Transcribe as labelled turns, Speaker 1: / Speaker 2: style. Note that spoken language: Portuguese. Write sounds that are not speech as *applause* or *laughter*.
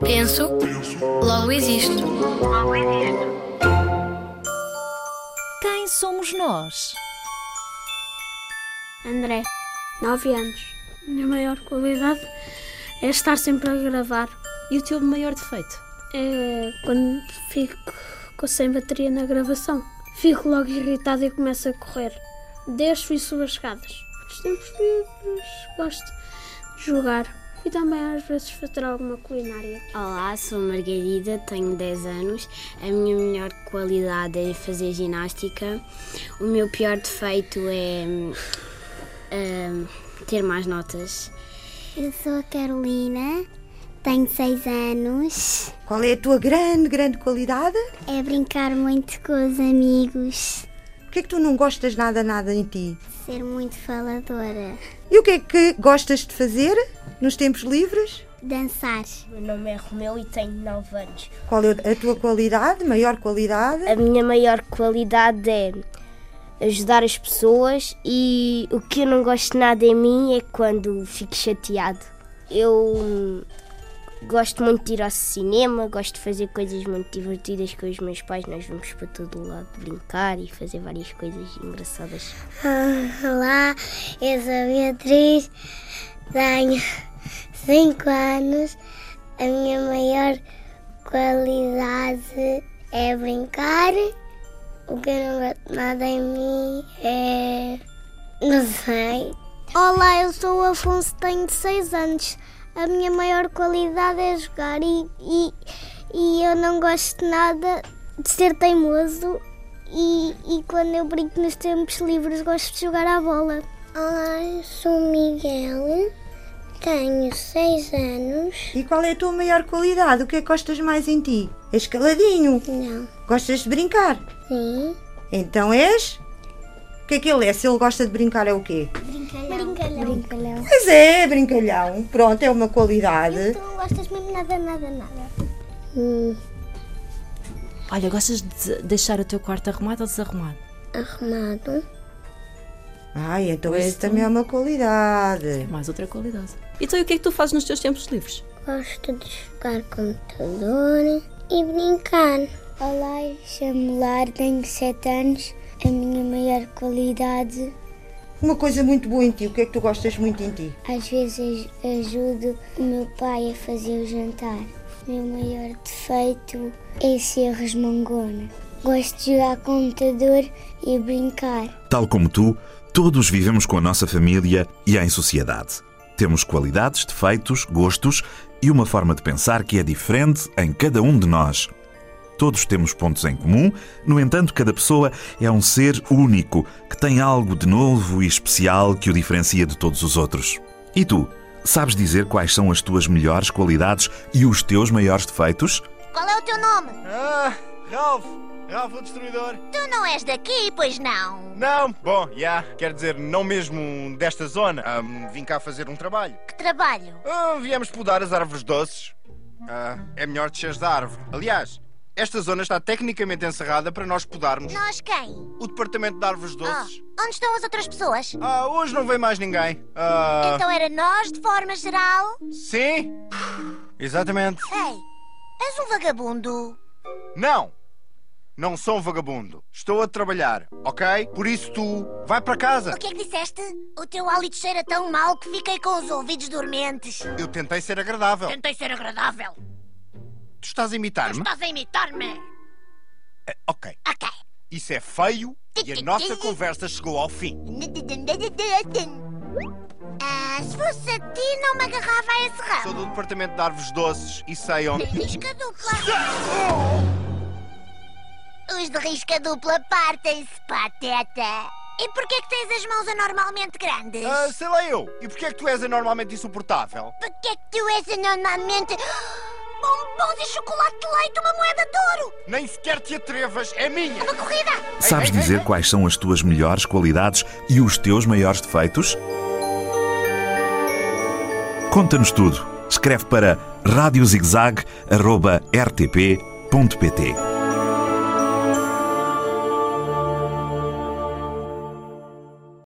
Speaker 1: Penso, logo existo.
Speaker 2: Quem somos nós?
Speaker 3: André, 9 anos. Minha maior qualidade é estar sempre a gravar.
Speaker 2: E o teu maior defeito?
Speaker 3: É quando fico com- sem bateria na gravação. Fico logo irritada e começo a correr. Desço e subo as escadas. Os tempos livres gosto de jogar e também às vezes fazer alguma culinária.
Speaker 4: Olá, sou Margarida, tenho 10 anos. A minha melhor qualidade é fazer ginástica. O meu pior defeito é hum, hum, ter más notas.
Speaker 5: Eu sou a Carolina, tenho 6 anos.
Speaker 6: Qual é a tua grande, grande qualidade?
Speaker 5: É brincar muito com os amigos,
Speaker 6: O que é que tu não gostas nada, nada em ti?
Speaker 5: ser muito faladora,
Speaker 6: E o que é que gostas de fazer nos tempos livres?
Speaker 5: dançar.
Speaker 4: Meu nome é Romeu e tenho 9 anos.
Speaker 6: Qual é a tua qualidade, maior qualidade?
Speaker 4: A minha maior qualidade é ajudar as pessoas e o que eu não gosto nada em mim é quando fico chateado. Eu hum, gosto muito de ir ao cinema, gosto de fazer coisas muito divertidas com os meus pais, nós vamos para todo o lado brincar e fazer várias coisas engraçadas.
Speaker 5: Olá, eu sou a Beatriz, tenho 5 anos. A minha maior qualidade é brincar. O que eu não gosto nada em mim é. não sei. Olá, eu sou o Afonso, tenho 6 anos. A minha maior qualidade é jogar e, e, e eu não gosto nada de ser teimoso e, e quando eu brinco nos tempos livres gosto de jogar à bola. Olá, eu sou Miguel, tenho 6 anos.
Speaker 6: E qual é a tua maior qualidade? O que é que gostas mais em ti? És caladinho?
Speaker 5: Não,
Speaker 6: Gostas de brincar?
Speaker 5: sim.
Speaker 6: Então és? O que é que ele é? Se ele gosta de brincar é o quê?
Speaker 5: Brincalhão. Brincalhão.
Speaker 6: Pois é, brincalhão. Pronto, é uma qualidade.
Speaker 5: não gostas mesmo nada, nada, nada. Hum,
Speaker 2: Olha, gostas de deixar o teu quarto arrumado ou desarrumado?
Speaker 5: Arrumado.
Speaker 6: Ai, então isso também é uma qualidade.
Speaker 2: Mais outra qualidade. Então, e o que é que tu fazes nos teus tempos livres?
Speaker 5: Gosto de jogar computador e brincar. Olá, eu chamo Lar, tenho 7 anos. A minha maior qualidade
Speaker 6: Uma coisa muito boa em ti. O que é que tu gostas muito em ti?
Speaker 5: Às vezes aj- ajudo o meu pai a fazer o jantar. O meu maior defeito é ser resmungona. Gosto de jogar computador e brincar.
Speaker 7: Tal como tu, todos vivemos com a nossa família e em sociedade. Temos qualidades, defeitos, gostos e uma forma de pensar que é diferente em cada um de nós. Todos temos pontos em comum, no entanto, cada pessoa é um ser único que tem algo de novo e especial que o diferencia de todos os outros. E tu, sabes dizer quais são as tuas melhores qualidades e os teus maiores defeitos?
Speaker 8: Qual é o teu nome?
Speaker 9: Ah, Ralph! Ralph, o destruidor!
Speaker 8: Tu não és daqui, pois não?
Speaker 9: Não! Bom, já, quer dizer, não mesmo desta zona. Ah, vim cá fazer um trabalho.
Speaker 8: Que trabalho?
Speaker 9: Ah, viemos podar as árvores doces. Ah, é melhor desceres da árvore. Aliás, esta zona está tecnicamente encerrada para nós podarmos.
Speaker 8: Nós quem?
Speaker 9: O departamento de árvores
Speaker 8: Ah,
Speaker 9: doces.
Speaker 8: onde estão as outras pessoas?
Speaker 9: Ah, hoje não vem mais ninguém. Ah,
Speaker 8: Então era nós de forma geral?
Speaker 9: sim? Exatamente.
Speaker 8: Ei, és um vagabundo.
Speaker 9: Não! Não sou um vagabundo. Estou a trabalhar, ok? Por isso tu vai para casa.
Speaker 8: O que é que disseste? O teu hálito cheira tão mal que fiquei com os ouvidos dormentes.
Speaker 9: Eu tentei ser agradável.
Speaker 8: Tentei ser agradável.
Speaker 9: Tu estás a imitar-me?
Speaker 8: Estás a imitar-me.
Speaker 9: Eh, Ok.
Speaker 8: Ok.
Speaker 9: Isso é feio e a nossa conversa chegou ao fim.
Speaker 8: Ah, se fosse a ti, não me agarrava a esse
Speaker 9: Sou
Speaker 8: ramo.
Speaker 9: do departamento de árvores doces e sei onde.
Speaker 8: Risca
Speaker 9: *laughs*
Speaker 8: dupla.
Speaker 9: Oh!
Speaker 8: Os de risca dupla partem-se, pateta. E porquê que tens as mãos anormalmente grandes?
Speaker 9: Ah, sei lá eu. E porquê é que tu és anormalmente insuportável?
Speaker 8: Porquê que tu és anormalmente... *gasps* Bombons e chocolate de leite, uma moeda de ouro!
Speaker 9: Nem sequer te atrevas, é minha!
Speaker 8: Uma corrida!
Speaker 7: Sabes dizer quais são as tuas melhores qualidades e os teus maiores defeitos? Conta-nos tudo. Escreve para radiozigzag.rtp.pt